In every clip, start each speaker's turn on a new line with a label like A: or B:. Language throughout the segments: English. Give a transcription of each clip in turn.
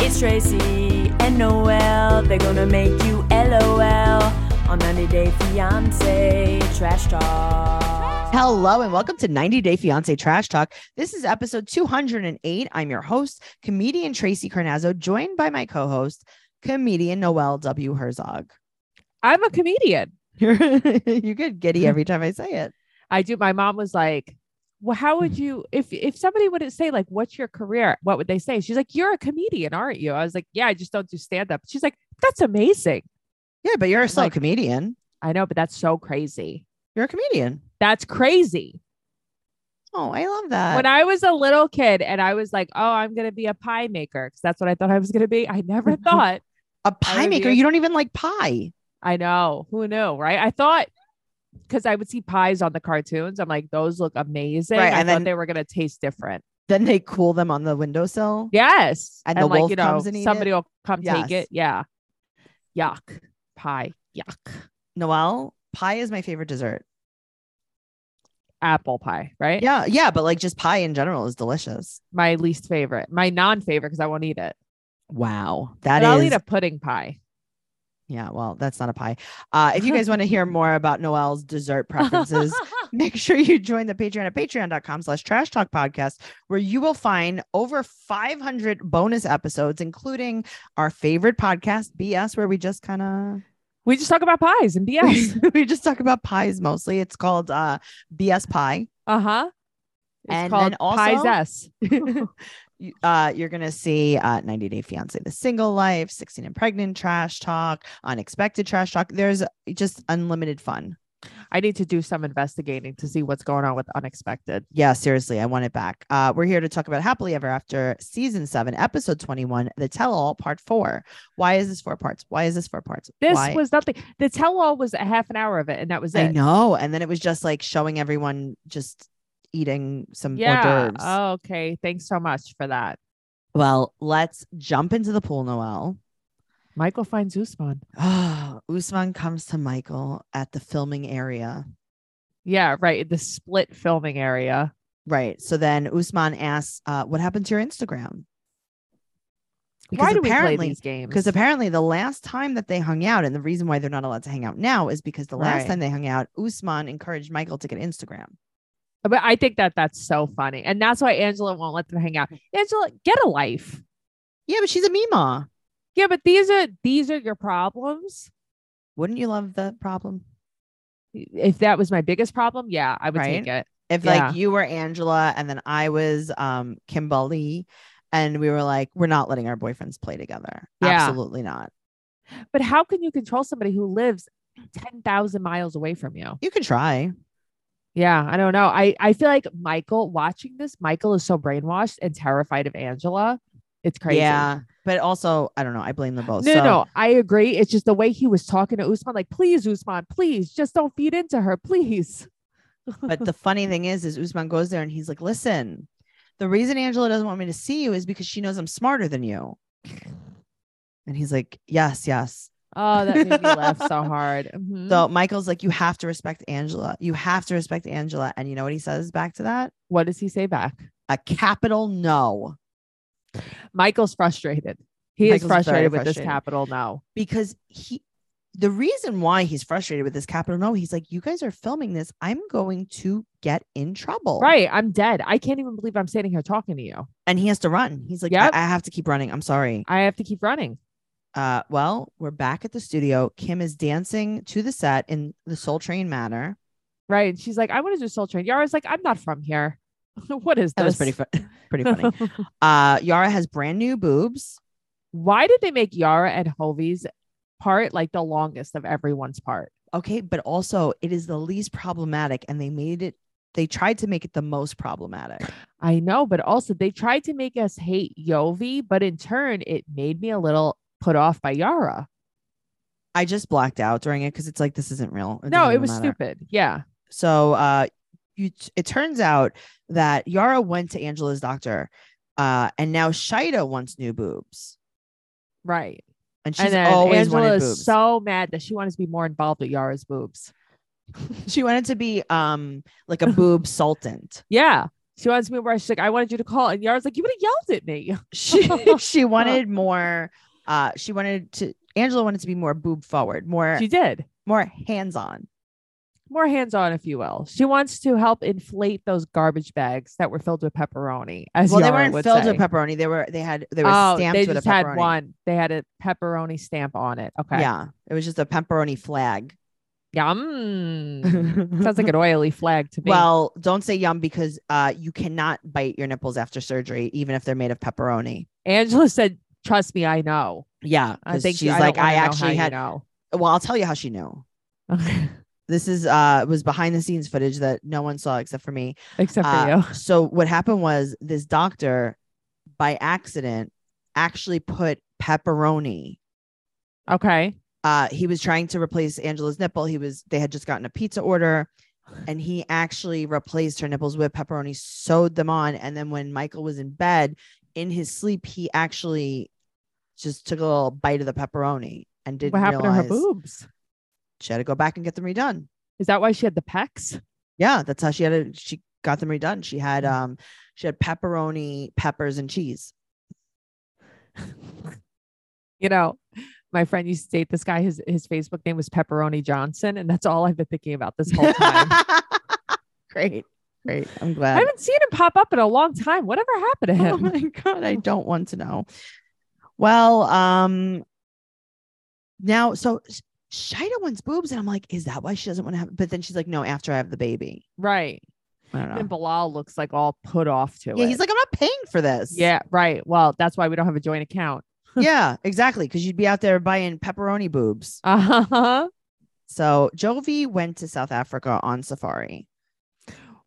A: It's Tracy and Noel. They're gonna make you LOL on 90 Day Fiance Trash Talk.
B: Hello and welcome to 90 Day Fiance Trash Talk. This is episode 208. I'm your host, comedian Tracy Carnazzo, joined by my co host, comedian Noelle W. Herzog.
C: I'm a comedian.
B: You're, you get giddy every time I say it.
C: I do. My mom was like, well, how
B: Hmm.
C: would you, if, if somebody wouldn't say like, what's your career? What would they say? She's like, you're a comedian, aren't you? I was like, yeah, I just don't do stand up. She's like, that's amazing.
B: Yeah, but you're still a
C: Like-
B: comedian.
C: I know, but that's so crazy.
B: You're a comedian.
C: That's crazy.
B: Oh, I love that.
C: when I was a little kid and I was like, oh, I'm going to be a pie maker because that's what I thought I was going to be. I never thought.
B: a
C: I
B: pie
C: would be
B: maker.
C: a-
B: You don't even like pie.
C: I know. Who knew? Right. I thought because I would see pies on the cartoons. I'm like, those look amazing.
B: Right,
C: I
B: and
C: thought
B: then-
C: they were going to taste different.
B: Then they cool them on the windowsill.
C: Yes.
B: And the wolf comes and eat it?
C: somebody will come take
B: Yes.
C: it. Yeah. Yuck. Pie. Yuck.
B: Noelle, pie is my favorite dessert.
C: Apple pie, right?
B: Yeah, yeah, but like just pie in general is delicious.
C: My least favorite. My non-favorite because I won't eat it.
B: Wow.
C: But
B: that is.
C: I'll eat a pudding pie.
B: Yeah, well, that's not a pie. Uh, if you guys want to hear more about Noelle's dessert preferences, make sure you join the Patreon at patreon.com slash trash talk podcast, where you will find over 500 bonus episodes, including our favorite podcast, BS, where we just kind of
C: we just talk about pies and BS.
B: we just talk about pies mostly. It's called uh, BS Pie.
C: uh-huh. It's
B: And
C: called
B: then also-
C: Pies S.
B: You- uh, you're gonna see uh, 90 Day Fiance, The Single Life, 16 and Pregnant Trash Talk, Unexpected Trash Talk. There's just unlimited fun.
C: I need to do some investigating to see what's going on with unexpected.
B: Yeah, seriously, I want it back. Uh, we're here to talk about Happily Ever After, season seven, episode 21, the tell all, part four. Why is this four parts? Why is this four parts?
C: This
B: Why?
C: was nothing. The tell all was a half an hour of it, and that was
B: I
C: it.
B: know. And then it was just like showing everyone just eating some hors
C: Yeah.
B: d'oeuvres.
C: Oh, okay. Thanks so much for that.
B: well, let's jump into the pool, Noel.
C: Michael finds Usman.
B: Oh, Usman comes to Michael at the filming area.
C: Yeah, right. The split filming area.
B: Right. So then Usman asks, uh, what happened to your Instagram? Because
C: Why do we play
B: apparently,
C: these games?
B: Because apparently the last time that they hung out, and the reason why they're not allowed to hang out now is because the last
C: Right.
B: time they hung out, Usman encouraged Michael to get Instagram.
C: but I think that that's so funny, and that's why Angela won't let them hang out. Angela, get a life.
B: Yeah, but she's a Mima.
C: Yeah, but these are these are your problems.
B: Wouldn't you love the problem?
C: If that was my biggest problem, yeah, I would take it.
B: If
C: Yeah.
B: like you were Angela and then I was um Kimberly and we were like, we're not letting our boyfriends play together.
C: Yeah.
B: Absolutely not.
C: But how can you control somebody who lives ten thousand miles away from you?
B: You could try.
C: Yeah, I don't know. I I feel like Michael watching this. Michael is so brainwashed and terrified of Angela. It's crazy.
B: Yeah. But also, I don't know. I blame them both.
C: No,
B: so,
C: no, I agree. It's just the way he was talking to Usman, like, please, Usman, please, just don't feed into her, please.
B: But the funny thing is, is Usman goes there and he's like, listen, the reason Angela doesn't want me to see you is because she knows I'm smarter than you. And he's like, yes, yes.
C: Oh, that made me laugh so hard. Mhm.
B: So Michael's like, you have to respect Angela. You have to respect Angela. And you know what he says back to that?
C: what does he say back?
B: A capital no.
C: Michael's frustrated. He is
B: Michael's very
C: frustrated with this
B: frustrated.
C: capital now.
B: Because he, the reason why he's frustrated with this capital no, he's like, you guys are filming this. I'm going to get in trouble.
C: Right. I'm dead. I can't even believe I'm standing here talking to you.
B: And he has to run. He's like,
C: Yep.
B: I-, I have to keep running. I'm sorry.
C: I have to keep running.
B: Uh, well, we're back at the studio. Kim is dancing to the set in the Soul Train manner.
C: Right. And she's like, I want to do Soul Train. Yara's like, I'm not from here. what is this?
B: That was pretty fun. pretty funny. Uh, Yara has brand new boobs.
C: Why did they make Yara and Hovey's part like the longest of everyone's part?
B: Okay, but also it is the least problematic, and they made it. They tried to make it the most problematic.
C: I know, but also they tried to make us hate Yovi, but in turn, it made me a little put off by Yara.
B: I just blacked out during it because it's like this isn't real.
C: no,
B: doesn't
C: it
B: even
C: was
B: matter.
C: stupid. Yeah.
B: So, uh, you, it turns out that Yara went to Angela's doctor, uh, and now Shida wants new boobs,
C: Right.
B: and she's
C: and then
B: always
C: Angela
B: wanted
C: is
B: boobs.
C: so mad that she wanted to be more involved with Yara's boobs.
B: She wanted to be um like a boob sultan.
C: Yeah. She wants me where she's like, I wanted you to call. And Yara's like, you would have yelled at me.
B: she she wanted more uh she wanted to angela wanted to be more boob forward more
C: She did.
B: more hands-on
C: More hands on, if you will. She wants to help inflate those garbage bags that were filled with pepperoni. As
B: well they
C: Yara
B: weren't
C: would
B: filled
C: say.
B: with pepperoni they were they had they were
C: Oh,
B: stamped
C: they
B: with
C: just
B: a pepperoni
C: had one. They had a pepperoni stamp on it. Okay.
B: yeah it was just a pepperoni flag
C: Yum. Mm-hmm. Sounds like an oily flag to me.
B: well don't say yum because uh you cannot bite your nipples after surgery even if they're made of pepperoni
C: Angela said, "Trust me, I know."
B: yeah
C: I
B: 'cause
C: think
B: she's
C: you- I don't
B: like i
C: wanna know how
B: actually
C: you
B: had
C: know.
B: well i'll tell you how she knew this is uh was behind the scenes footage that no one saw except for me
C: except for
B: Uh,
C: you.
B: so what happened was this doctor by accident actually put pepperoni
C: Okay.
B: uh he was trying to replace angela's nipple he was they had just gotten a pizza order and he actually replaced her nipples with pepperoni sewed them on and then when michael was in bed in his sleep he actually just took a little bite of the pepperoni and didn't
C: What happened
B: realize
C: to her boobs?
B: she had to go back and get them redone
C: Is that why she had the pecs?
B: yeah that's how she had it she got them redone she had
C: Hmm.
B: um she had pepperoni peppers and cheese
C: You know, my friend used to date this guy. His his Facebook name was Pepperoni Johnson, and that's all I've been thinking about this whole time.
B: great, great. I'm
C: I
B: glad.
C: haven't seen him pop up in a long time. Whatever happened to
B: Oh
C: him?
B: my god, I don't want to know. Well, um, now so Sh- Shida wants boobs, and I'm like, is that why she doesn't want to have? But then she's like, no, after I have the baby,
C: right.
B: I don't
C: And
B: know.
C: Bilal looks like all put off to
B: Yeah,
C: it.
B: he's like, I'm not paying for this.
C: yeah, right. Well, that's why we don't have a joint account.
B: yeah, exactly. Because you'd be out there buying pepperoni boobs.
C: Uh huh.
B: So Jovi went to South Africa on safari.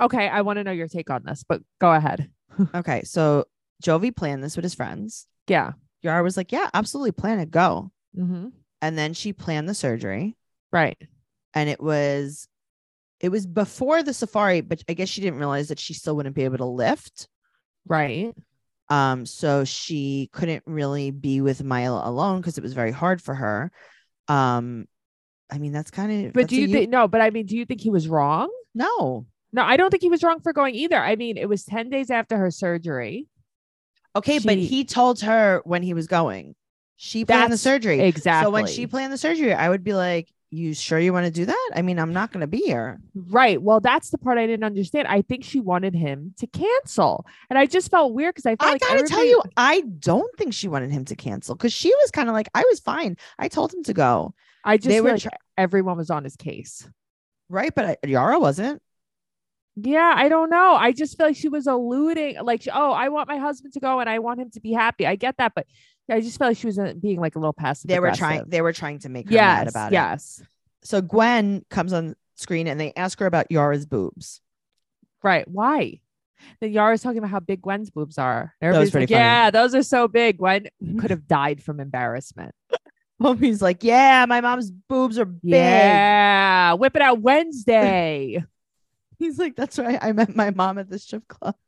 C: Okay, I want to know your take on this, but go ahead.
B: Okay, so Jovi planned this with his friends.
C: Yeah.
B: Yara was like, yeah, absolutely, plan it, go.
C: Mm-hmm.
B: And then she planned the surgery.
C: Right.
B: and it was it was before the safari but i guess she didn't realize that she still wouldn't be able to lift
C: Right.
B: um so she couldn't really be with mila alone because it was very hard for her um i mean that's kind of
C: But do you think no? But I mean, do you think he was wrong?
B: no
C: No, I don't think he was wrong for going either. I mean, it was ten days after her surgery.
B: okay but
C: She-
B: he told her when he was going she planned the
C: That's
B: surgery
C: Exactly.
B: so when she planned the surgery i would be like you sure you want to do that i mean i'm not going to be here
C: right. Well, that's the part I didn't understand. I think she wanted him to cancel, and I just felt weird because I felt
B: I
C: like
B: gotta tell
C: everybody-
B: you, I don't think she wanted him to cancel because she was kind of like, I was fine. I told him to go.
C: I just
B: they
C: feel
B: were
C: like
B: try-
C: everyone was on his case.
B: Right. But I, Yara wasn't.
C: Yeah, I don't know. I just feel like she was alluding, like, she- oh, I want my husband to go and I want him to be happy. I get that, but I just felt like she was uh, being like a little passive.
B: They were trying,
C: aggressive.
B: they were trying to make her mad
C: Yes.
B: about it.
C: yes.
B: So Gwen comes on screen and they ask her about Yara's boobs.
C: Right. Why? Then Yara's talking about how big Gwen's boobs are. And
B: That was
C: everybody's like,
B: pretty funny.
C: Yeah, those are so big. Gwen could have died from embarrassment.
B: Homie's like, Yeah, my mom's boobs are big.
C: Yeah. Whip it out Wednesday.
B: He's like, That's right. I met my mom at the strip club.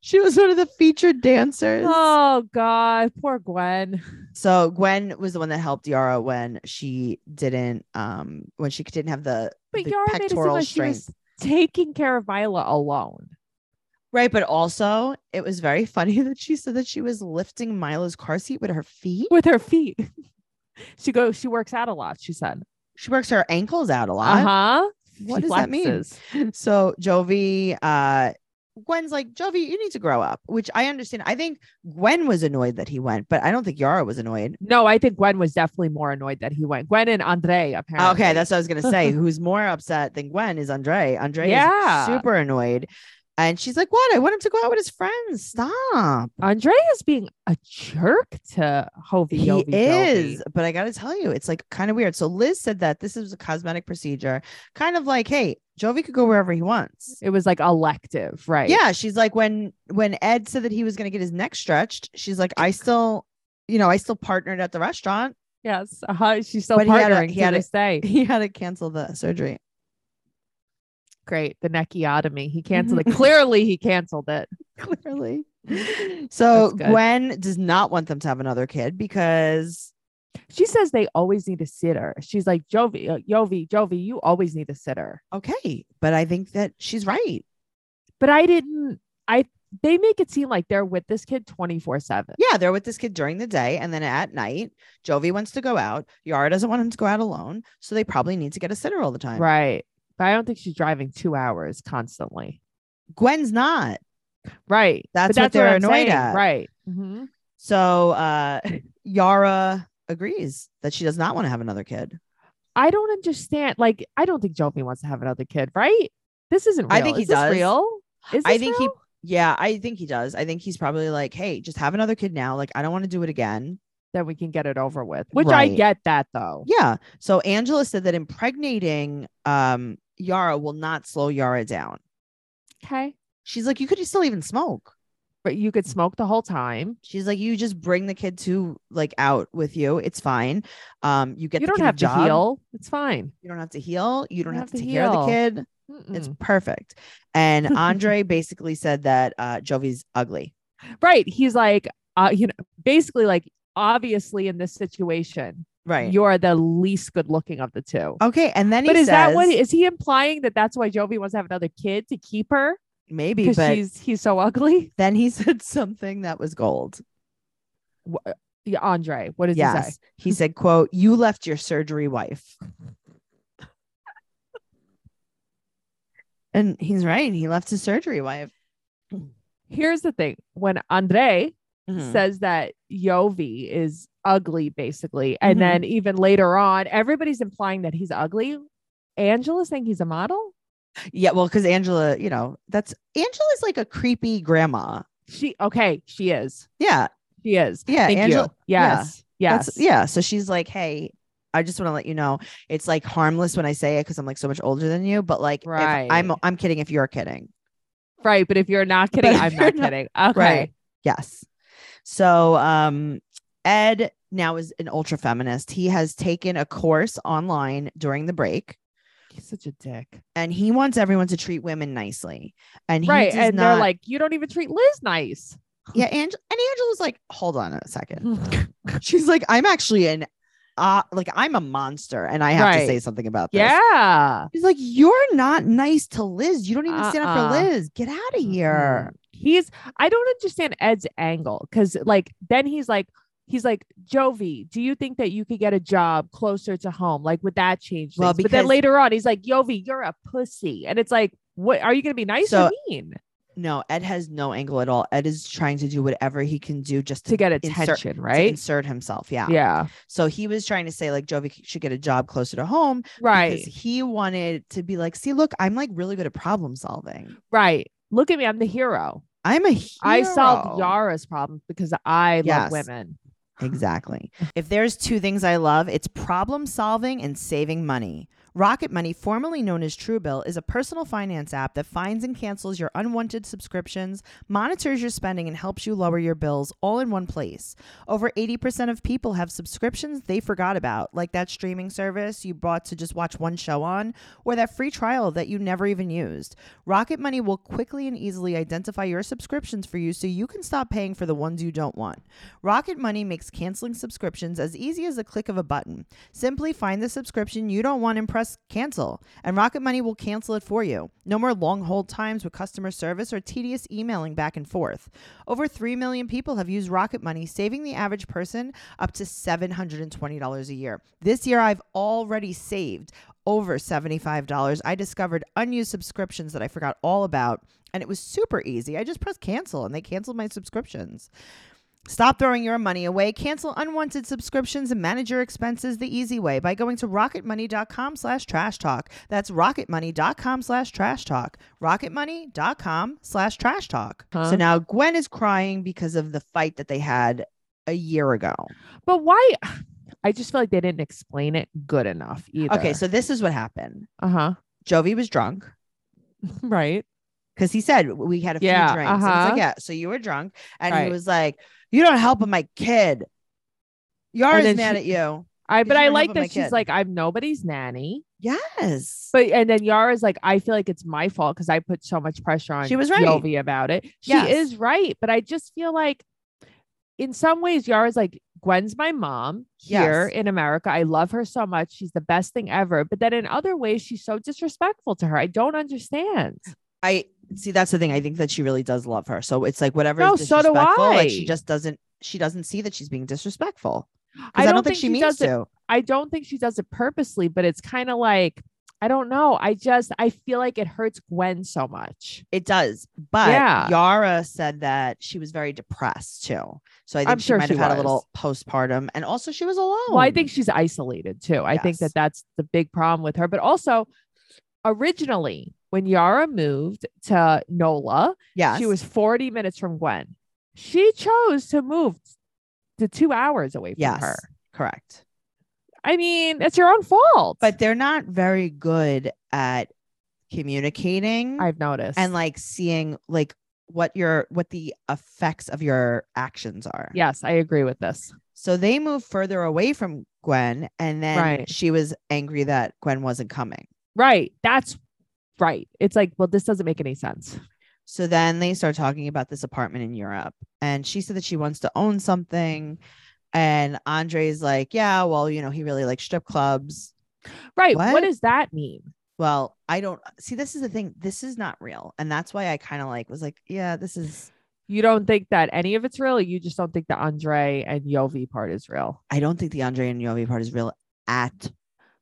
B: she was one of the featured dancers.
C: oh God. Poor Gwen.
B: So Gwen was the one that helped Yara when she didn't um when she didn't have the,
C: But
B: the
C: Yara made it seem
B: pectoral
C: like she
B: strength.
C: was taking care of Mila alone.
B: Right, but also it was very funny that she said that she was lifting Milo's car seat with her feet.
C: With her feet. she goes, she works out a lot, she said.
B: She works her ankles out a lot.
C: Uh-huh.
B: What
C: She
B: does that mean?
C: flexes.
B: So Jovi, uh Gwen's like, Jovi, you need to grow up, which I understand. I think Gwen was annoyed that he went, but I don't think Yara was annoyed.
C: No, I think Gwen was definitely more annoyed that he went. Gwen and Andre, apparently.
B: Okay, that's what I was gonna say. Who's more upset than Gwen is Andre. Andre
C: Yeah.
B: is super annoyed. And she's like, What? I want him to go out with his friends. Stop.
C: Andre is being a jerk to Hovey.
B: He
C: Yovey
B: is,
C: Dovey.
B: but I got to tell you, it's like kind of weird. So Liz said that this is a cosmetic procedure, kind of like, hey, Jovi could go wherever he wants.
C: It was like elective, right?
B: Yeah, she's like when when Ed said that he was going to get his neck stretched, she's like, I still, you know, I still partnered at the restaurant.
C: Yes. Uh-huh. She's still
B: But he had a-
C: partnering
B: he had
C: to
B: a-
C: this day.
B: He had to cancel the surgery.
C: Great. The neckiotomy. He canceled it. Clearly, he canceled it.
B: Clearly. So
C: That's good.
B: Gwen does not want them to have another kid because
C: She says they always need a sitter. She's like, Jovi, uh, Jovi, Jovi, you always need a sitter.
B: Okay. But I think that she's right.
C: But I didn't, I, they make it seem like they're with this kid 24 7.
B: Yeah, they're with this kid during the day. And then at night, Jovi wants to go out. Yara doesn't want him to go out alone. So they probably need to get a sitter all the time.
C: Right. But I don't think she's driving two hours constantly.
B: Gwen's not.
C: Right. But
B: That's, what they're
C: I'm
B: annoyed
C: saying.
B: at.
C: Right. Mhm.
B: So uh, Yara agrees that she does not want to have another kid.
C: I don't understand. Like, I don't think Jovi wants to have another kid, right? This isn't real.
B: I think he
C: Is this
B: does.
C: real? Is
B: I
C: this
B: think
C: real?
B: he, yeah, I think he does. I think he's probably like, hey, just have another kid now. Like, I don't want to do it again.
C: Then we can get it over with, which I
B: Right.
C: get that though.
B: Yeah. So Angela said that impregnating um, Yara will not slow Yara down.
C: Okay.
B: She's like, you could still even smoke.
C: But you could smoke the whole time.
B: She's like, you just bring the kid to like out with you. It's fine. Um, you get
C: you
B: the
C: don't
B: kid a
C: have to
B: job.
C: heal. It's fine.
B: You don't have to heal. You don't have, to, hear
C: heal. Mm.
B: the kid. It's
C: Mm-mm.
B: perfect. And Andre basically said that uh, Jovi's ugly.
C: right. He's like, uh, you know, basically like obviously in this situation,
B: Right.
C: you're the least good looking of the two.
B: okay. And then he
C: but is
B: says,
C: that what is he implying that that's why Jovi wants to have another kid to keep her
B: maybe,
C: because
B: but
C: she's he's so ugly?
B: then he said something that was gold.
C: Yeah, Andre, what does he say?
B: Yes. He said, quote, you left your surgery wife. and he's right. He left his surgery wife.
C: Here's the thing: when Andre
B: Mm-hmm.
C: says that Yovi is ugly, basically. And
B: Mhm.
C: then even later on, everybody's implying that he's ugly. Angela's saying he's a model.
B: Yeah, well, because Angela, you know, that's Angela's like a creepy grandma.
C: She okay, she is.
B: Yeah,
C: She is.
B: yeah,
C: Thank
B: Angela.
C: you. Yes. Yes.
B: That's, yeah, so she's like, hey, I just want to let you know it's like harmless when I say it because I'm like so much older than you, but like, if
C: Right.
B: I'm I'm kidding if you're kidding.
C: Right. But if you're not kidding,
B: But if
C: I'm
B: you're
C: not
B: not-
C: kidding. Okay.
B: Right. Yes. So, um, Ed now is an ultra feminist. He has taken a course online during the break,
C: He's such a dick.
B: and he wants everyone to treat women nicely. And he
C: right.
B: does
C: And
B: not,
C: they're like, you don't even treat Liz nice.
B: yeah, Angel- and Angela's like, hold on a second. She's like, I'm actually an, uh, like I'm a monster, and I have
C: Right.
B: to say something about this.
C: yeah.
B: She's like, you're not nice to Liz. You don't even stand up for
C: Uh-uh.
B: Liz. Get out of here.
C: Mhm. He's I don't understand Ed's angle because like then he's like he's like Jovi, do you think that you could get a job closer to home? Like would that change?
B: Well,
C: things?" but then
B: because-
C: later on he's like Jovi, you're a pussy, and it's like what are you going to be nice
B: So-
C: or mean
B: No, Ed has no angle at all. Ed is trying to do whatever he can do just to,
C: to get
B: insert-
C: attention?
B: to
C: right?
B: insert himself. Yeah.
C: yeah.
B: So he was trying to say like Jovi should get a job closer to home.
C: Right.
B: Because he wanted to be like, see, look, I'm like really good at problem solving.
C: right. Look at me. I'm the hero.
B: I'm a hero.
C: I solved Yara's problems because I
B: Yes.
C: love women.
B: Exactly. if there's two things I love, it's problem solving and saving money. Rocket Money, formerly known as Truebill, is a personal finance app that finds and cancels your unwanted subscriptions, monitors your spending, and helps you lower your bills all in one place. Over 80% of people have subscriptions they forgot about, like that streaming service you bought to just watch one show on, or that free trial that you never even used. Rocket Money will quickly and easily identify your subscriptions for you so you can stop paying for the ones you don't want. Rocket Money makes canceling subscriptions as easy as a click of a button. Simply find the subscription you don't want and press cancel, and Rocket Money will cancel it for you. No more long hold times with customer service or tedious emailing back and forth. Over 3 million people have used Rocket Money, saving the average person up to $720 a year. This year, I've already saved over $75. I discovered unused subscriptions that I forgot all about, and it was super easy. I just pressed cancel, and they canceled my subscriptions. Stop throwing your money away. Cancel unwanted subscriptions and manage your expenses the easy way by going to rocketmoney.com slash trash talk. That's rocketmoney.com slash trash talk. Rocketmoney.com slash trash talk.
C: Huh?
B: So now Gwen is crying because of the fight that they had a year ago.
C: But why? I just feel like they didn't explain it good enough either.
B: Okay, so this is what happened.
C: uh huh.
B: Jovi was drunk
C: Right.
B: because he said we had a few
C: Yeah,
B: drinks. And it's
C: uh-huh.
B: like, yeah, so you were drunk. And
C: Right.
B: he was like, You don't help my kid. Yara's
C: then
B: mad
C: she-
B: at you.
C: I
B: Did
C: but
B: you
C: I
B: bring up
C: like
B: with my
C: that she's
B: kid?
C: like, I'm nobody's nanny.
B: Yes.
C: But and then Yara's like, I feel like it's my fault because I put so much pressure on
B: She was right.
C: Yovi about it. She
B: Yes.
C: is right, but I just feel like in some ways Yara's like Gwen's my mom here
B: Yes.
C: in America. I love her so much. She's the best thing ever. But then in other ways, she's so disrespectful to her. I don't understand.
B: I see that's the thing. I think that she really does love her. So it's like whatever
C: No,
B: is
C: so do
B: disrespectful, like
C: I.
B: she just doesn't she doesn't see that she's being disrespectful. 'Cause
C: I
B: I,
C: don't
B: don't think
C: think
B: she
C: she
B: means
C: does it-
B: to.
C: I don't think she does it purposely, but it's kind of like, I don't know. I just, I feel like it hurts Gwen so much.
B: It does. But
C: Yeah.
B: Yara said that she was very depressed too. So I think
C: I'm
B: she
C: sure
B: might
C: she
B: have had a
C: was.
B: little postpartum and also she was alone.
C: Well, I think she's isolated too. I think
B: Oh. Yes.
C: that that's the big problem with her. But also, originally, when Yara moved to NOLA,
B: yes.
C: she was 40 minutes from Gwen. She chose to move to two hours away from
B: Yes.
C: her.
B: correct.
C: I mean, it's your own fault.
B: But they're not very good at communicating
C: I've noticed.
B: and like seeing like what your what the effects of your actions are.
C: yes, I agree with this.
B: So they moved further away from Gwen, and then
C: Right.
B: she was angry that Gwen wasn't coming.
C: Right. That's right. It's like, well, this doesn't make any sense.
B: So then they start talking about this apartment in Europe, and she said that she wants to own something. And Andre's like, yeah, well, you know, he really likes strip clubs.
C: Right.
B: What?
C: what does that mean?
B: Well, I don't see. This is the thing. This is not real, and that's why I kind of like was like, yeah, this is.
C: you don't think that any of it's real. You just don't think the Andre and Yovi part is real.
B: I don't think the Andre and Yovi part is real at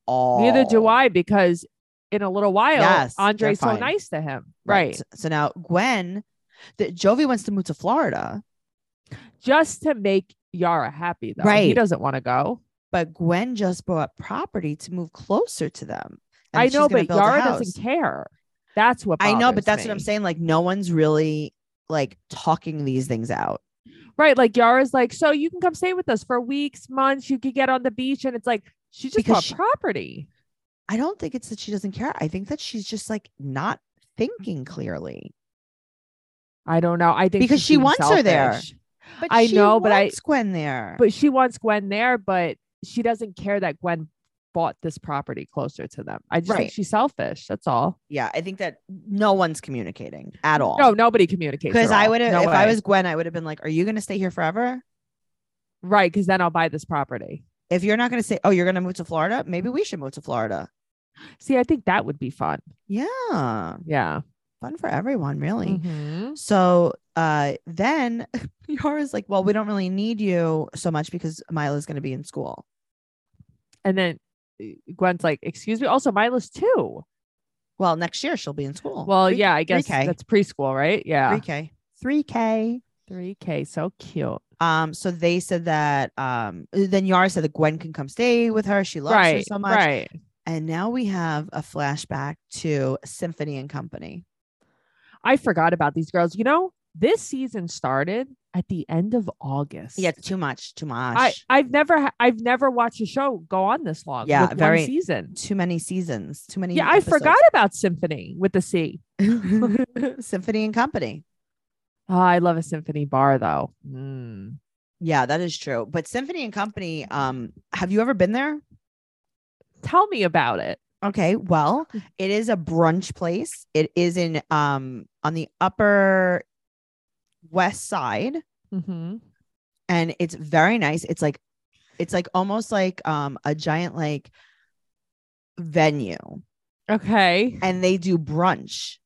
B: all.
C: Neither do I, because in a little while,
B: Oh. Yes, they're
C: Andre's so
B: fine.
C: nice to him. Right.
B: So, so now Gwen, the, Jovi wants to move to Florida.
C: Just to make Yara happy, though. He
B: Right.
C: doesn't want to go.
B: but Gwen just bought property to move closer to them. and
C: I
B: she's
C: know,
B: gonna
C: but
B: build a
C: Yara
B: house.
C: doesn't care. That's what
B: I know, but
C: bothers
B: that's what
C: me.
B: I'm saying. Like, no one's really like talking these things out.
C: Right. Like Yara's like, so you can come stay with us for weeks, months. You could get on the beach. And it's like, she just
B: Because
C: bought
B: she-
C: property.
B: I don't think it's that she doesn't care. I think that she's just like not thinking clearly.
C: I don't know. I think
B: Because
C: she's
B: she
C: being
B: wants her there.
C: selfish.
B: But
C: I
B: she
C: know, but I-
B: wants Gwen there.
C: but she wants Gwen there, but she doesn't care that Gwen bought this property closer to them. I just
B: Right.
C: think she's selfish. That's all.
B: yeah, I think that no one's communicating at all.
C: No, nobody communicates.
B: because
C: at
B: I
C: all.
B: would have,
C: No
B: if I
C: way.
B: was Gwen, I would have been like, "Are you going to stay here forever?
C: right, because then I'll buy this property.
B: If you're not going to say, oh, you're going to move to Florida, maybe we should move to Florida."
C: See, I think that would be fun.
B: Yeah,
C: Yeah.
B: fun for everyone, really. Mm-hmm.
C: Mhm.
B: So uh, then Yara's like, well, we don't really need you so much because Mila's going to be in school.
C: And then uh, Gwen's like, "Excuse me." Also, Mila's too.
B: Well, next year she'll be in school.
C: Well,
B: Three-
C: yeah, I guess
B: 3K.
C: that's preschool, right? Yeah.
B: 3K. 3K.
C: Three K. So cute.
B: Um, so they said that um then Yara said that Gwen can come stay with her. She loves her
C: right.
B: so much.
C: Right.
B: And now we have a flashback to Symphony and Company.
C: I forgot about these girls. You know, this season started at the end of August.
B: Yeah, too much, too much.
C: I, I've never ha- I've never watched a show go on this long.
B: Yeah,
C: with one
B: very-
C: season.
B: too many seasons, too many.
C: Yeah, I forgot about Symphony with the C.
B: forgot. Symphony and Company.
C: Oh, I love a Symphony bar though. Mm.
B: Yeah, that is true. But Symphony and Company, um, have you ever been there?
C: Tell me about it.
B: Okay, well, it is a brunch place. It is in um on the upper west side
C: Mm-hmm.
B: and it's very nice. It's like it's like almost like um a giant like venue
C: Okay.
B: and they do brunch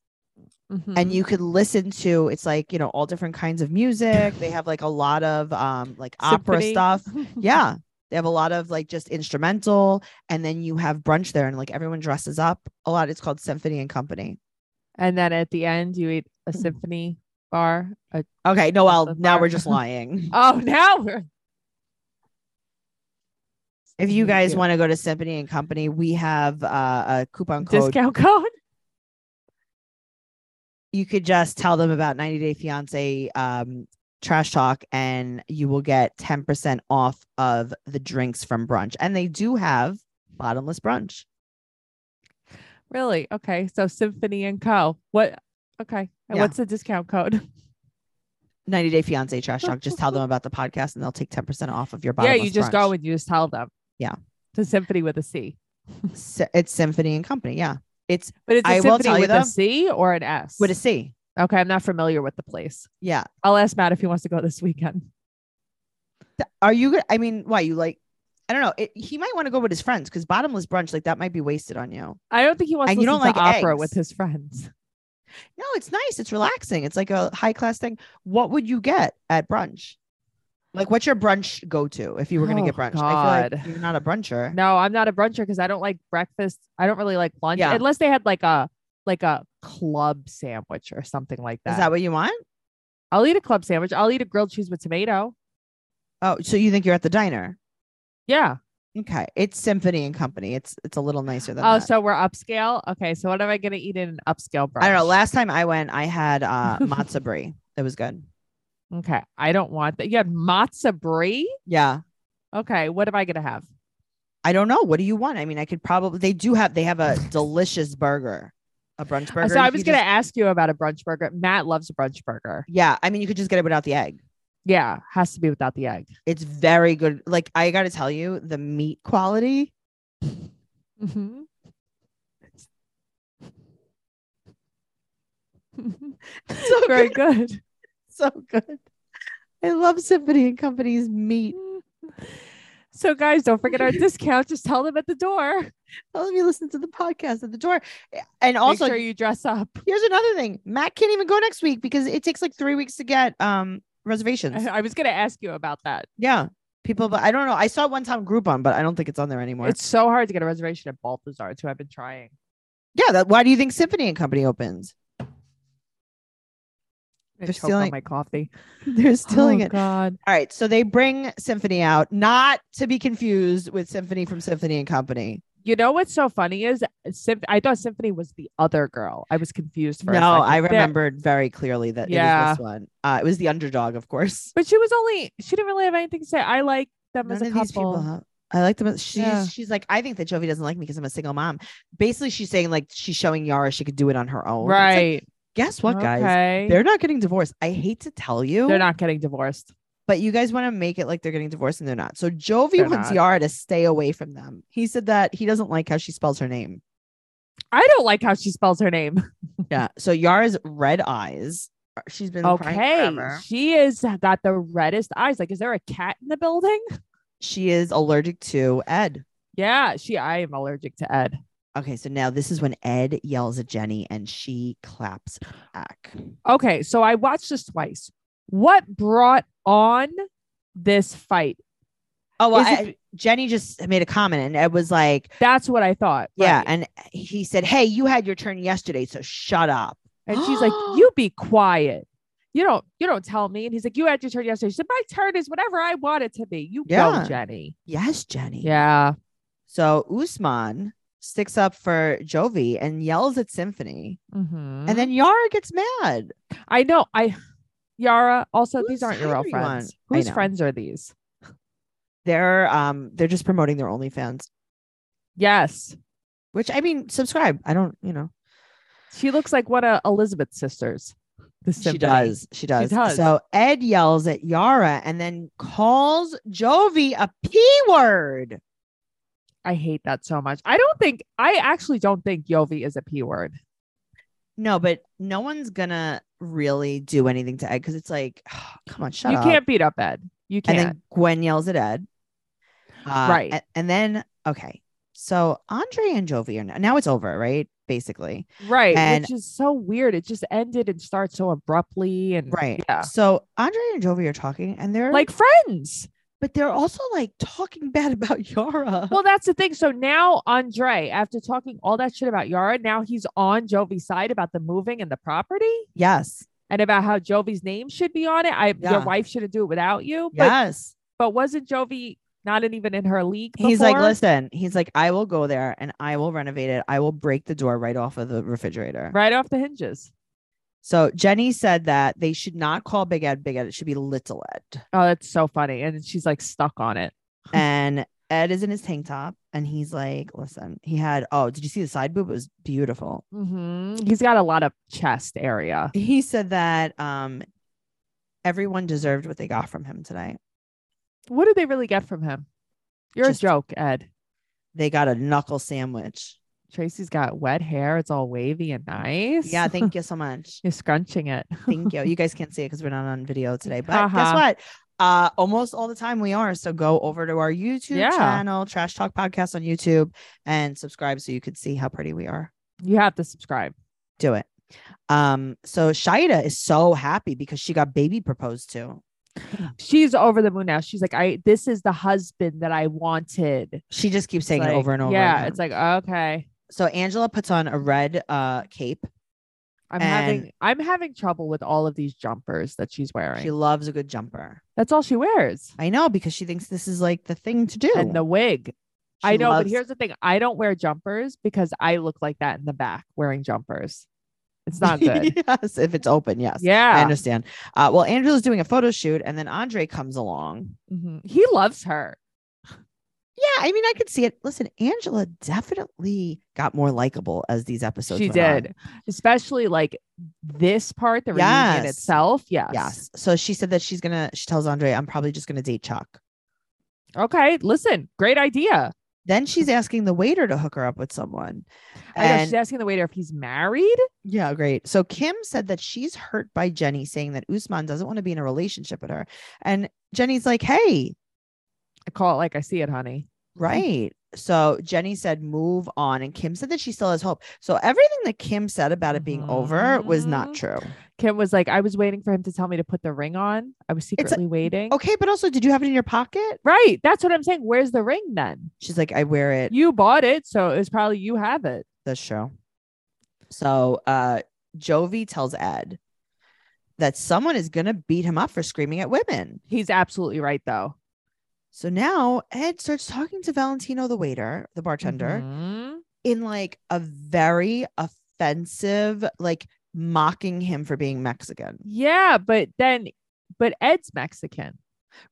B: and
C: Mhm.
B: you could listen to it's like you know all different kinds of music they have like a lot of um like opera
C: Symphony. Mm-hmm.
B: stuff yeah they have a lot of like just instrumental and then you have brunch there and like everyone dresses up a lot it's called symphony and company
C: And then at the end, you eat
B: Mm-hmm.
C: a Symphony bar. A-
B: okay noel
C: the
B: now we're
C: bar.
B: just lying
C: oh, now we're.
B: if you
C: Thank
B: guys want to go to symphony and company we have uh, a coupon code
C: discount code,
B: you could just tell them about 90 day fiance um trash talk and you will get 10% off of the drinks from brunch and they do have bottomless brunch
C: really? Okay, so Symphony and Co. What? Okay, and
B: Yeah.
C: what's the discount code?
B: 90 day fiance trash talk just tell them about the podcast and they'll take 10% off of your
C: yeah,
B: bottomless
C: you just
B: brunch.
C: go and you just tell them.
B: Yeah.
C: to Symphony with a C.
B: Sy- it's symphony and company yeah it's
C: But it's a
B: I will
C: symphony
B: tell you
C: with
B: though-
C: a C or an S.
B: with a c
C: okay, I'm not familiar with the place.
B: yeah
C: I'll ask Matt if he wants to go this weekend.
B: Th- Are you? go- I mean, why you like? I don't know. It, he might want to go with his friends because bottomless brunch like that might be wasted on you.
C: I don't think he wants
B: And
C: to
B: you
C: listen
B: don't
C: to
B: like
C: opera
B: eggs.
C: with his friends.
B: No, it's nice. It's relaxing. It's like a high class thing. What would you get at brunch? Like, what's your brunch go to if you were going to
C: Oh,
B: get brunch? I feel like
C: God.
B: you're not a bruncher.
C: No, I'm not a bruncher because I don't like breakfast. I don't really like lunch
B: Yeah.
C: unless they had like a like a club sandwich or something like that.
B: Is that what you want?
C: I'll eat a club sandwich. I'll eat a grilled cheese with tomato.
B: Oh, so you think you're at the diner?
C: Yeah.
B: Okay, it's Symphony and Company. It's it's a little nicer than
C: Oh,
B: that.
C: so we're upscale. Okay, so what am I gonna eat in an upscale brunch?
B: I don't know. Last time I went, I had uh, matzo brie. It was good.
C: okay, I don't want that. You had matzo brie.
B: Yeah,
C: Okay, what am I gonna have?
B: I don't know. What do you want? I mean, I could probably. They do have. They have a delicious burger, a brunch burger.
C: So
B: and
C: I
B: if
C: was
B: you
C: gonna
B: just-
C: ask you about a brunch burger. Matt loves a brunch burger.
B: yeah, I mean, you could just get it without the egg.
C: Yeah, has to be without the egg.
B: It's very good. Like I got to tell you, the meat quality.
C: Mm-hmm.
B: So
C: Very
B: good.
C: good.
B: So good. I love Symphony and Company's meat.
C: So, guys, don't forget our discount. Just tell them at the door. Make
B: Oh, Let me listen to the podcast at the door. And also,
C: sure you dress up.
B: here's another thing. Matt can't even go next week because it takes like three weeks to get um reservations.
C: I, I was going to ask you about that.
B: Yeah. People, but I don't know. I saw it one time Groupon, but I don't think it's on there anymore.
C: It's so hard to get a reservation at Balthazar, too. I've been trying.
B: yeah. That, why do you think Symphony and Company opens?
C: I
B: They're
C: choked on
B: stealing-
C: my coffee.
B: They're stealing
C: oh,
B: it.
C: God.
B: All right. So they bring Symphony out, not to be confused with Symphony from Symphony and Company.
C: You know what's so funny is Symp- I thought Symphony was the other girl. I was confused for a
B: No, I
C: second. That-
B: remembered very clearly that it
C: Yeah.
B: was this one. Uh, it was the underdog, of course.
C: But she was only, she didn't really have anything to say. I like them as
B: None
C: a
B: of these people
C: couple.
B: have- I like them. She's
C: Yeah.
B: she's like, I think that Jovi doesn't like me because I'm a single mom. Basically, she's saying like she's showing Yara she could do it on her own. It's like,
C: Right.
B: Guess what, guys?
C: Okay.
B: They're not getting divorced. I hate to tell you.
C: They're not getting divorced.
B: but you guys want to make it like they're getting divorced and they're not. So Jovi
C: They're
B: wants
C: not.
B: Yara to stay away from them. He said that he doesn't like how she spells her name.
C: I don't like how she spells her name.
B: Yeah. So Yara's red eyes. uh, She's been crying
C: Okay.
B: forever.
C: She is got the reddest eyes. Like, is there a cat in the building?
B: She is allergic to Ed.
C: Yeah, she I am allergic to Ed.
B: Okay, so now this is when Ed yells at Jenny and she claps back.
C: Okay, so I watched this twice. What brought on this fight?
B: Oh, well,
C: Is
B: I- Jenny just made a comment and Ed was like,
C: That's what I thought.
B: Yeah.
C: right.
B: And he said, Hey, you had your turn yesterday, so shut up.
C: And she's like, You be quiet. You don't you don't tell me. And he's like, You had your turn yesterday. She said, My turn is whatever I want it to be. You
B: Yeah.
C: go, Jenny.
B: Yes, Jenny.
C: Yeah.
B: So Usman sticks up for Jovi and yells at Symphony.
C: Mhm.
B: And then Yara gets mad.
C: I know. I Yara, also
B: Whose
C: these aren't your
B: side
C: real
B: are you on?
C: friends.
B: I
C: Whose
B: know.
C: friends are these?
B: They're um they're just promoting their OnlyFans,
C: Yes.
B: which I mean, subscribe. I don't, you know.
C: She looks like one of Elizabeth's sisters. The
B: She
C: Symphony.
B: does. She does.
C: does.
B: So Ed yells at Yara and then calls Jovi a P word.
C: I hate that so much. I don't think I actually don't think Yovi is a p word.
B: No, but no one's gonna really do anything to Ed because it's like, come on, shut
C: you
B: up.
C: can't beat up Ed. You
B: and
C: can't.
B: then Gwen yells at Ed. Uh,
C: Right.
B: a- And then okay, so Andre and Jovi are now, now it's over, right? Basically,
C: right,
B: and-
C: which is so weird. It just ended and starts so abruptly and
B: right.
C: Mm, yeah.
B: So Andre and Jovi are talking, and they're
C: Like friends.
B: but they're also like talking bad about Yara.
C: Well, that's the thing. So now Andre, after talking all that shit about Yara, now he's on Jovi's side about the moving and the property
B: yes,
C: and about how Jovi's name should be on it. I
B: Yeah.
C: your wife shouldn't do it without you. But
B: yes.
C: but wasn't Jovi not in- even in her league?
B: He's like,
C: before?
B: listen. He's like, I will go there and I will renovate it. I will break the door right off of the refrigerator.
C: right off the hinges.
B: So Jenny said that they should not call Big Ed Big Ed. It should be Little Ed.
C: Oh, that's so funny. And she's like stuck on it.
B: and Ed is in his tank top and he's like, listen, he had, oh, did you see the side boob? It was beautiful.
C: hmm
B: Mm-hmm.
C: He's got a lot of chest area.
B: He said that um everyone deserved what they got from him tonight.
C: What did they really get from him? You're
B: Just-
C: a joke, Ed.
B: They got a knuckle sandwich.
C: Tracy's got wet hair. It's all wavy and nice.
B: Yeah, thank you so much.
C: You're scrunching it.
B: Thank you. You guys can't see it because we're not on video today. But guess
C: Haha.
B: what? Uh, almost all the time we are. So go over to our YouTube
C: Yeah.
B: channel, Trash Talk Podcast on YouTube, and subscribe so you can see how pretty we are.
C: You have to subscribe.
B: Do it. Um, so Shaida is so happy because she got baby proposed to.
C: She's over the moon now. She's like, I this is the husband that I wanted.
B: She just keeps
C: It's
B: saying
C: like,
B: it over and over.
C: Yeah,
B: again.
C: it's like okay.
B: so Angela puts on a red uh cape. And-
C: I'm having I'm having trouble with all of these jumpers that she's wearing.
B: She loves a good jumper.
C: That's all she wears.
B: I know because she thinks this is like the thing to do.
C: And the wig. I
B: She
C: know, but
B: loves-
C: here's the thing. I don't wear jumpers because I look like that in the back wearing jumpers. It's not good.
B: yes, if it's open, yes. I
C: yeah.
B: understand. Uh, well, Angela's doing a photo shoot, and then Andre comes along.
C: Mhm. He loves her.
B: Yeah, I mean, I could see it. Listen, Angela definitely got more likable as these episodes.
C: she
B: went on.
C: did. Especially like this part, the reunion
B: Yes.
C: itself. Yes.
B: Yes. So she said that she's gonna. She tells Andre, "I'm probably just gonna date Chuck."
C: Okay. Listen, great idea.
B: Then she's asking the waiter to hook her up with someone.
C: Hmm. I know
B: And
C: she's asking the waiter if he's married.
B: yeah, great. So Kim said that she's hurt by Jenny saying that Usman doesn't want to be in a relationship with her, and Jenny's like, "Hey,
C: I call it like I see it, honey.
B: Right. So Jenny said, move on. And Kim said that she still has hope. So everything that Kim said about it being over was not
C: Mhm.
B: true.
C: Kim was like, I was waiting for him to tell me to put the ring on. I was
B: It's a-
C: secretly waiting.
B: Okay. But also, did you have it in your pocket?
C: Right. That's what I'm saying. Where's the ring then?
B: She's like, I wear it.
C: You bought it, so it was probably you have it.
B: That's true. So uh, Jovi tells Ed that someone is going to beat him up for screaming at women.
C: He's absolutely right though.
B: So now Ed starts talking to Valentino, the waiter, the bartender,
C: Mhm.
B: in like a very offensive, like mocking him for being Mexican.
C: Yeah, but then but Ed's Mexican.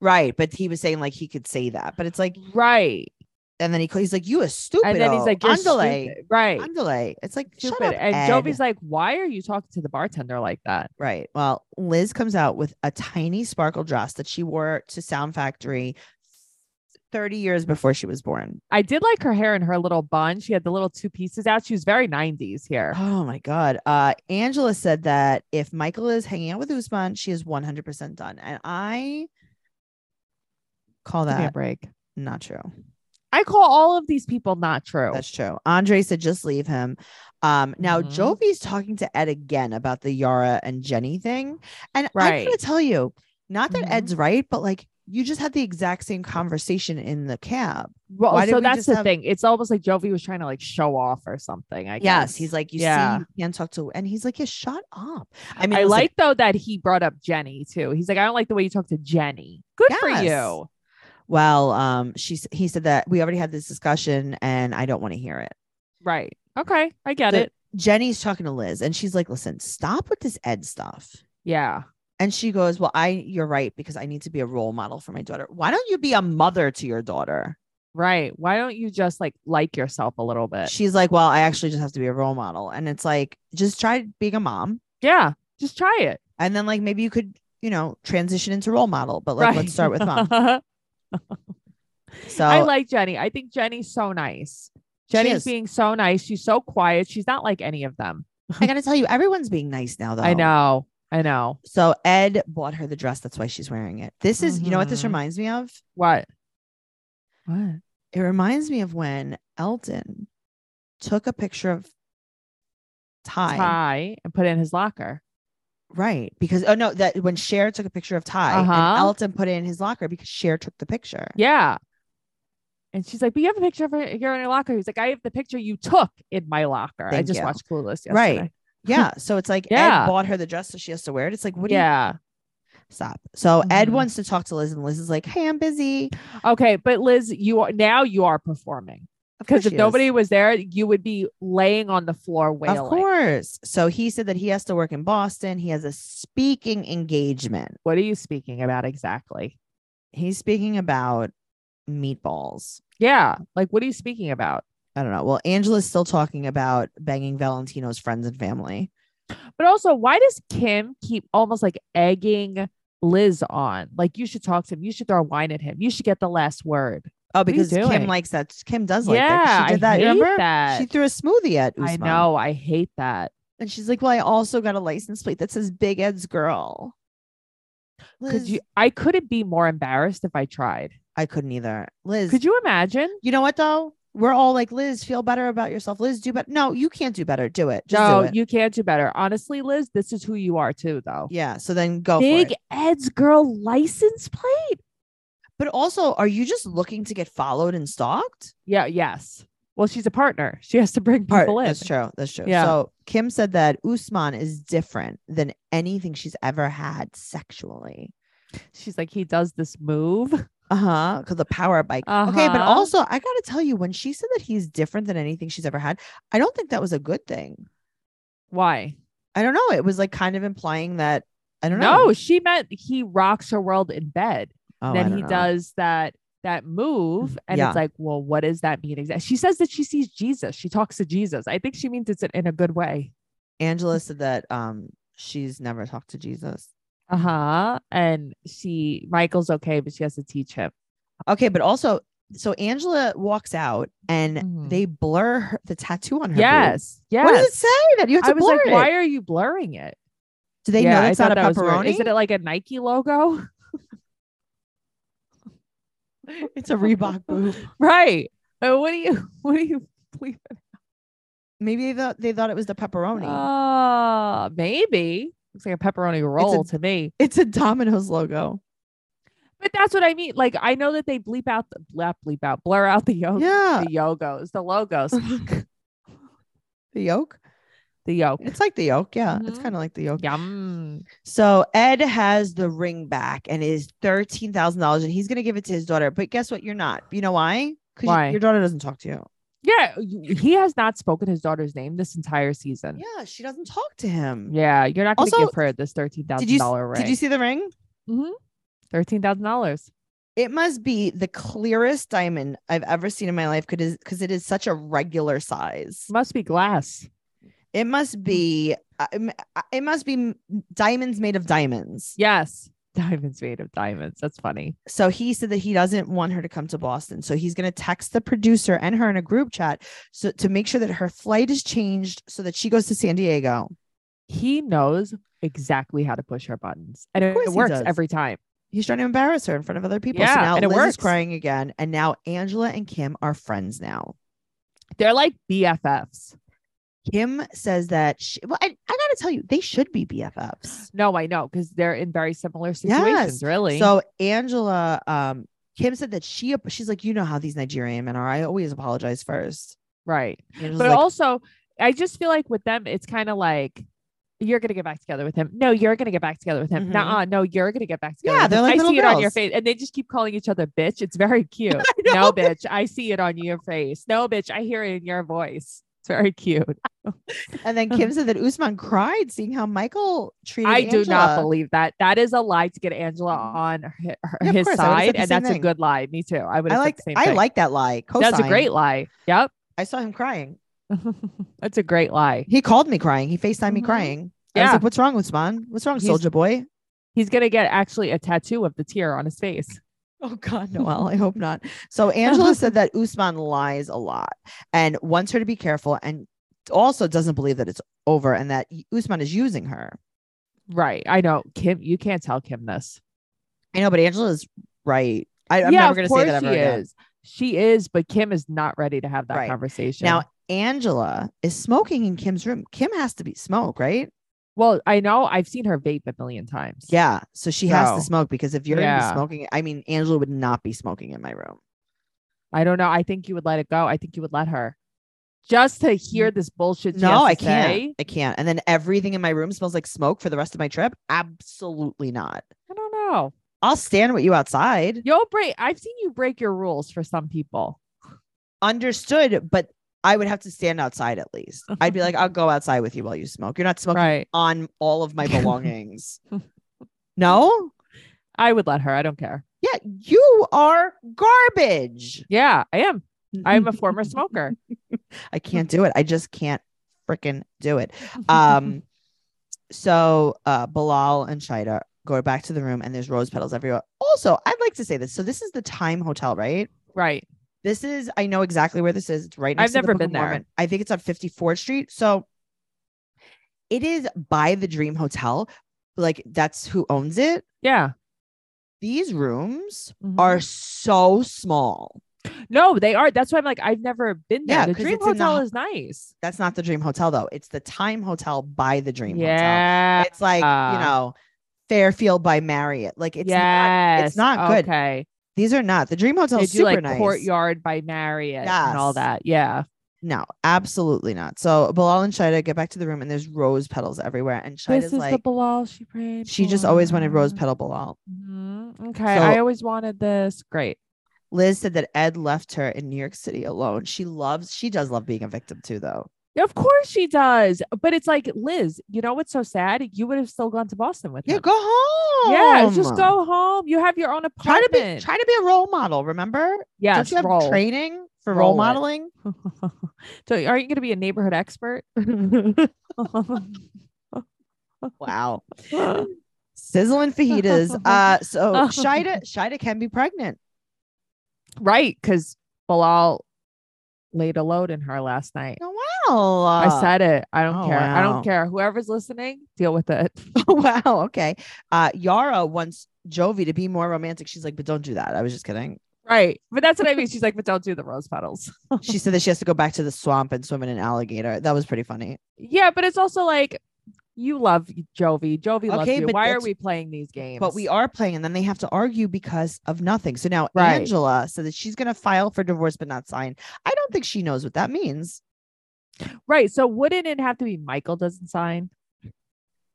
B: Right. But he was saying like he could say that. But it's like,
C: Right.
B: and then he he's like, you a stupid.
C: And then he's like, You're
B: Andale.
C: stupid. Right.
B: Andale. It's like, shut
C: stupid.
B: up.
C: and
B: Ed.
C: Jovi's like, Why are you talking to the bartender like that?
B: right. Well, Liz comes out with a tiny sparkle dress that she wore to Sound Factory 30 years before she was born.
C: I did like her hair and her little bun. She had the little two pieces out. She was very 90s here.
B: Oh my God. Uh, Angela said that if Michael is hanging out with Usman, she is 100% done. And I call
C: Give me a
B: that
C: break.
B: not true.
C: I call all of these people not true.
B: That's true. Andre said just leave him. Um, now
C: Mhm.
B: Jovi's talking to Ed again about the Yara and Jenny thing. And I'm gonna
C: Right.
B: tell you, not that
C: Mhm.
B: Ed's right, but like you just had the exact same conversation in the cab.
C: Well,
B: Why did
C: so
B: we
C: that's
B: just
C: the
B: have-
C: thing. It's almost like Jovi was trying to like show off or something. I guess.
B: Yes. He's like, You
C: Yeah.
B: see, you can't talk to and he's like, Yeah, shut up. I mean,
C: I
B: listen,
C: like though that he brought up Jenny too. He's like, I don't like the way you talk to Jenny. Good for
B: Yes.
C: you.
B: well, um, she s- he said that we already had this discussion and I don't want to hear it.
C: Right. Okay. I get
B: The-
C: it.
B: Jenny's talking to Liz and she's like, Listen, stop with this Ed stuff.
C: Yeah.
B: And she goes, Well, I, you're right, because I need to be a role model for my daughter. Why don't you be a mother to your daughter?
C: Right. Why don't you just like like yourself a little bit?
B: She's like, Well, I actually just have to be a role model. And it's like, just try being a mom.
C: yeah. Just try it.
B: And then, like, maybe you could, you know, transition into role model. But like,
C: right.
B: let's start with mom. So
C: I like Jenny. I think Jenny's so nice. Jenny's
B: is.
C: being so nice. She's so quiet. She's not like any of them.
B: I got to tell you, everyone's being nice now, though.
C: I know. I know.
B: So Ed bought her the dress. That's why she's wearing it. This is, you know what this
C: Mhm.
B: reminds me of?
C: What? What?
B: It reminds me of when Elton took a picture of Ty.
C: Tie and put it in his locker.
B: Right. Because oh no, that when Cher took a picture of Ty and
C: Uh-huh.
B: Elton put it in his locker because Cher took the picture.
C: Yeah. And she's like, but you have a picture of her here in your locker. He's like, I have the picture you took in my locker. I
B: Thank
C: just
B: you.
C: watched Clueless yesterday.
B: Right. Yeah. So it's like Ed
C: Yeah.
B: bought her the dress, so she has to wear it. It's like, what do
C: yeah.
B: you stop? So Ed
C: Mhm.
B: wants to talk to Liz, and Liz is like, Hey, I'm busy.
C: Okay. But Liz, you are now you are performing.
B: Of course
C: Because if
B: she
C: nobody
B: is.
C: was there, you would be laying on the floor wailing.
B: Of course. So he said that he has to work in Boston. He has a speaking engagement.
C: What are you speaking about exactly?
B: He's speaking about meatballs.
C: Yeah. Like, what are you speaking about?
B: I don't know. Well, Angela's still talking about banging Valentino's friends and family.
C: But also, why does Kim keep almost like egging Liz on? Like, you should talk to him. You should throw wine at him. You should get the last word.
B: Oh,
C: are you
B: because Kim
C: doing?
B: likes that. Kim does like that. 'cause
C: yeah.
B: She did
C: I
B: that.
C: hate
B: remember?
C: that.
B: She threw a smoothie at Usman.
C: I know. I hate that.
B: And she's like, Well, I also got a license plate that says Big Ed's Girl.
C: Could you?
B: Liz,
C: I couldn't be more embarrassed if I tried.
B: I couldn't either. Liz,
C: Could you imagine?
B: you know what though? We're all like, Liz, feel better about yourself. Liz, do better. No, you can't do better. Do it. Just
C: no,
B: do it.
C: you can't do better. Honestly, Liz, this is who you are too, though.
B: yeah. So then go for
C: Big
B: it.
C: Ed's girl license plate.
B: But also, are you just looking to get followed and stalked?
C: Yeah. Yes. Well, she's a partner. She has to bring
B: Part-
C: people in.
B: That's true. That's true.
C: Yeah.
B: So Kim said that Usman is different than anything she's ever had sexually.
C: She's like, he does this move.
B: Uh huh. Because the power bike. Okay, but
C: Uh-huh.
B: also I gotta tell you, when she said that he's different than anything she's ever had, I don't think that was a good thing.
C: Why?
B: I don't know. It was like kind of implying that I don't know.
C: No, she meant he rocks her world in bed.
B: Oh, I
C: then
B: don't
C: he
B: know.
C: does that that move, and
B: Yeah.
C: it's like, well, what does that mean exactly? She says that she sees Jesus. She talks to Jesus. I think she means it's in a good way.
B: Angela said that um she's never talked to Jesus.
C: Uh huh. And she Michael's okay, but she has to teach him.
B: Okay, but also so Angela walks out and
C: Mhm.
B: they blur her, the tattoo on her. boob.
C: Yes.
B: Mm-hmm.
C: Yes.
B: What does it say that you have to
C: I was
B: blur
C: like,
B: it?
C: why are you blurring it?
B: Do they know
C: I
B: it's not a
C: thought that was weird.
B: pepperoni?
C: Isn't it like a Nike logo?
B: it's a Reebok boob.
C: right. Uh, what do you? What do you? believe?
B: Maybe they thought they thought it was the pepperoni.
C: Uh, maybe looks like a pepperoni roll to me.
B: it's a Domino's logo.
C: But that's what I mean. Like I know that they bleep out the blap, bleep out, blur out the yoke,
B: Yeah.
C: the yogos, the logos,
B: The yolk.
C: the yoke.
B: It's like the yolk. Yeah. It's
C: Mhm.
B: kind of like the yolk.
C: Yum.
B: So Ed has the ring back and it is thirteen thousand dollars, and he's gonna give it to his daughter. But guess what? You're not. You know why?
C: Why?
B: Because your daughter doesn't talk to you.
C: Yeah, y- he has not spoken his daughter's name this entire season. Yeah,
B: Yeah, she doesn't talk to him.
C: you're not going to
B: Also,
C: give her this thirteen
B: Did
C: thousand
B: you
C: dollar ring.
B: did you see the ring?
C: Mhm. Thirteen thousand dollars.
B: It must be the clearest diamond I've ever seen in my life because it is such a regular size.
C: Must be glass.
B: It must be I- I'm- I- it must be m- diamonds made of diamonds.
C: Yes, diamonds made of diamonds. That's funny.
B: So he said that he doesn't want her to come to Boston. So he's going to text the producer and her in a group chat so to make sure that her flight is changed so that she goes to San Diego.
C: He knows exactly how to push her buttons, and it,
B: course
C: it
B: he
C: works
B: does.
C: every time.
B: He's trying to embarrass her in front of other people. so
C: Yeah,
B: now
C: and it
B: Liz is
C: works.
B: crying again. And now Angela and Kim are friends now.
C: They're like BFFs.
B: Kim says that she, well, I, I gotta tell you, they should be BFFs.
C: No, I know because they're in very similar
B: Yes.
C: situations. Really.
B: So Angela, um, Kim said that she she's like, you know how these Nigerian men are. I always apologize first.
C: right.
B: Angela's
C: But
B: like,
C: also, I just feel like with them, it's kind of like you're gonna get back together with him. No, you're gonna get back together with him.
B: Mhm.
C: Nuh-uh, no, you're gonna get back together.
B: Yeah,
C: with
B: they're
C: him.
B: like
C: I
B: little
C: see it on your
B: girls.
C: face, and they just keep calling each other bitch. It's very cute.
B: know.
C: no, bitch, I see it on your face. No, bitch, I hear it in your voice. It's very cute.
B: and then Kim said that Usman cried seeing how Michael treated.
C: I do not
B: Angela.
C: believe that. That is a lie to get Angela on her, her-
B: Yeah, of
C: his
B: course, I would've said
C: side,
B: the same
C: and that's
B: thing.
C: a good lie. Me too. I would.
B: I like
C: said the same
B: I
C: thing.
B: like that lie.
C: That's a
B: Cosine.
C: great lie. Yep,
B: I saw him crying.
C: that's a great lie.
B: He called me crying. He Facetimed me
C: Mhm.
B: crying. I was
C: Yeah.
B: like, "What's wrong, Usman? What's wrong,
C: He's-
B: Soldier Boy?"
C: He's gonna get actually a tattoo of the tear on his face.
B: Oh God, Noel, I hope not. So Angela said that Usman lies a lot and wants her to be careful and also doesn't believe that it's over and that Usman is using her.
C: Right. I know. Kim, you can't tell Kim this.
B: I know, but Angela's right. I, I'm never going to say that ever
C: she
B: again.
C: is. She is, but Kim is not ready to have that
B: Right.
C: conversation.
B: Now, Angela is smoking in Kim's room. Kim has to be smoke, right?
C: well, I know I've seen her vape a million times.
B: Yeah. So she has to
C: No.
B: smoke because if you're gonna
C: Yeah.
B: be smoking, I mean, Angela would not be smoking in my room.
C: I don't know. I think you would let it go. I think you would let her just to hear this bullshit. she has
B: No,
C: to
B: I can't.
C: say,
B: I can't. And then everything in my room smells like smoke for the rest of my trip. Absolutely not.
C: I don't know.
B: I'll stand with you outside.
C: You'll break. I've seen you break your rules for some people.
B: understood, but I would have to stand outside at least. I'd be like, I'll go outside with you while you smoke. You're not smoking
C: Right.
B: on all of my belongings. no?
C: I would let her. I don't care.
B: Yeah, you are garbage.
C: Yeah, I am. I'm a former smoker.
B: I can't do it. I just can't freaking do it. Um so uh Bilal and Shida go back to the room and there's rose petals everywhere. Also, I'd like to say this. So this is the Time Hotel, right?
C: right.
B: This is I know exactly where this is. It's right next to
C: I've
B: the
C: never
B: Book of
C: been there.
B: Mormon. I think it's on 54th Street. So it is by the Dream Hotel. Like that's who owns it.
C: Yeah.
B: these rooms
C: Mhm.
B: are so small.
C: no, they are. That's why I'm like, I've never been there.
B: Yeah,
C: the
B: 'cause
C: Dream
B: it's in the
C: Hotel
B: ho-
C: is nice.
B: That's not the Dream Hotel though. It's the Time Hotel by the Dream Hotel.
C: Yeah.
B: It's like,
C: Ah.
B: you know, Fairfield by Marriott. Like it's not,
C: yes.
B: not good.
C: Okay.
B: these are not the Dream Hotel
C: They
B: is
C: do
B: super
C: like
B: nice.
C: courtyard by Marriott and all
B: Yes.
C: that. Yeah.
B: No, absolutely not. So Bilal and Shida get back to the room and there's rose petals everywhere. And
C: This
B: Shida's
C: is the
B: like,
C: Bilal she prayed.
B: she just always wanted rose
C: for.
B: petal Bilal.
C: Mhm. Okay.
B: So-
C: I always wanted this. Great.
B: Liz said that Ed left her in New York City alone. She loves, she does love being a victim too, though.
C: Of course she does. But it's like, Liz, you know what's so sad? You would have still gone to Boston with
B: Yeah,
C: him.
B: go home.
C: Yeah, just go home. You have your own
B: Try to
C: apartment.
B: be try to be a role model. Remember,
C: yes,
B: don't you have
C: roll.
B: training for role,
C: Roll it.
B: modeling?
C: so are you going to be a neighborhood expert?
B: Wow,
C: oh
B: sizzling fajitas. Uh, so Shida Shida can be pregnant.
C: right, because Bilal laid a load in her last night.
B: Oh, wow,
C: I said it. I don't
B: oh,
C: care. I
B: wow.
C: don't care. Whoever's listening, deal with it.
B: wow, okay. Uh, Yara wants Jovi to be more romantic. She's like, but don't do that. I was just kidding.
C: Right. But that's what I mean. She's like, but don't do the rose petals.
B: She said that she has to go back to the swamp and swim in an alligator. That was pretty funny.
C: Yeah, but it's also like you love Jovi. Jovi loves
B: Okay,
C: you.
B: but
C: Why are
B: that's-
C: we playing these games?
B: But we are playing, and then they have to argue because of nothing. So now
C: Right.
B: Angela said that she's going to file for divorce but not sign. I don't think she knows what that means.
C: right. So wouldn't it have to be Michael doesn't sign?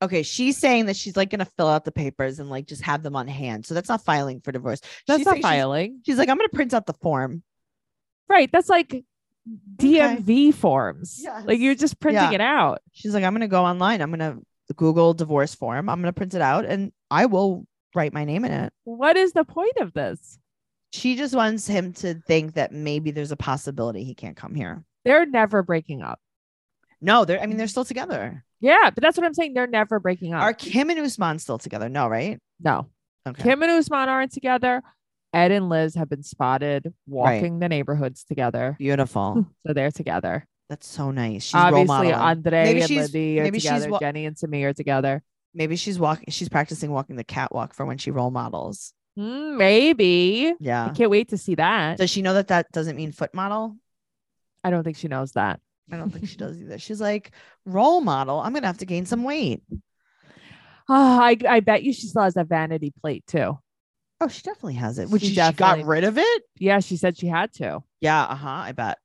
B: Okay, she's saying that she's like going to fill out the papers and like just have them on hand. So that's not filing for divorce.
C: That's
B: She's
C: not
B: saying she's-
C: filing.
B: She's like, I'm going to print out the form.
C: Right. That's like DMV forms. Like you're
B: Yes.
C: just printing
B: Yeah.
C: it out.
B: She's like, I'm going to go online. I'm going to Google divorce form. I'm going to print it out and I will write my name in it.
C: What is the point of this?
B: She just wants him to think that maybe there's a possibility he can't come here.
C: They're never breaking up.
B: No, they're, I mean, they're still together.
C: Yeah, but that's what I'm saying. They're never breaking up.
B: Are Kim and Usman still together? No, right?
C: no.
B: Okay.
C: Kim and Usman aren't together. Ed and Liz have been spotted walking the neighborhoods together.
B: Beautiful.
C: So they're together.
B: That's so nice. She's role
C: Hmm. Obviously,
B: modeling.
C: Andre
B: Maybe
C: and
B: she's-
C: Libby are
B: maybe she's
C: together.
B: wa-
C: Jenny and Sami are together.
B: maybe she's walking. She's practicing walking the catwalk for when she role models.
C: Mm, maybe. I
B: Yeah.
C: can't wait to see that.
B: Does she know that that doesn't mean foot model?
C: I don't think she knows that.
B: I don't think she does either. She's like role model. I'm gonna have to gain some weight.
C: Ah, I, I bet you she still has a vanity plate too.
B: Oh, she definitely has it. Which
C: She
B: she, she got
C: definitely-
B: rid of it.
C: Yeah, she said she had to.
B: Yeah. Uh huh. I bet.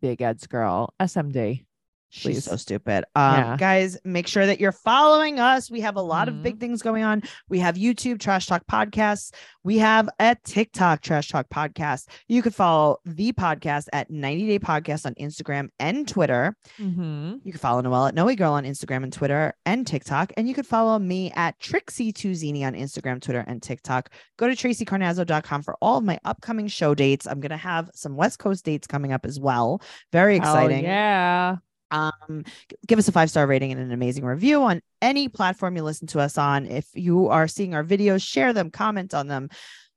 C: Big Ed's girl, SMD.
B: She's
C: Please.
B: so stupid. Um,
C: Yeah.
B: Guys, make sure that you're following us. We have a lot of
C: Mhm.
B: big things going on. We have YouTube Trash Talk Podcasts. We have a TikTok Trash Talk Podcast. You could follow the podcast at 90 Day Podcast on Instagram and Twitter.
C: Mm-hmm.
B: You can follow Noelle at Noe Girl on Instagram and Twitter and TikTok. And you could follow me at Trixie Tuzini on Instagram, Twitter, and TikTok. Go to tracycarnazzo.com for all of my upcoming show dates. I'm going to have some West Coast dates coming up as well. Very exciting
C: yeah.
B: um g- give us a five star rating and an amazing review on any platform you listen to us on if you are seeing our videos share them comment on them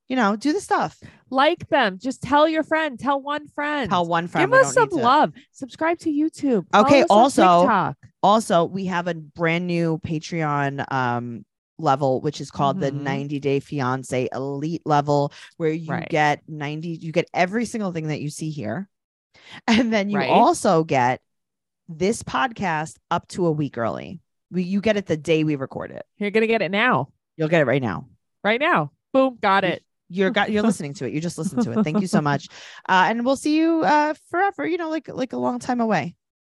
B: you know do the stuff
C: Like them. Just tell your friend. Tell one friend.
B: tell one friend we
C: Give us
B: don't
C: some
B: need to-
C: love. Subscribe to YouTube. Follow
B: Okay,
C: us on
B: also-
C: TikTok.
B: also we have a brand new patreon um level which is called the
C: Mhm.
B: 90 day fiance elite level where you
C: Right.
B: get 90 you get every single thing that you see here and then you
C: Right.
B: also get this podcast up to a week early we, you get it the day we record it
C: You're gonna get it now.
B: you'll get it right now
C: Right now. Boom. Got
B: You-
C: it.
B: you're got you're listening to it you just listened to it thank you so much uh and we'll see you uh forever you know like like a long time away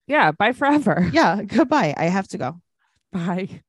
C: Yeah. Bye forever.
B: yeah goodbye i have to go
C: Bye.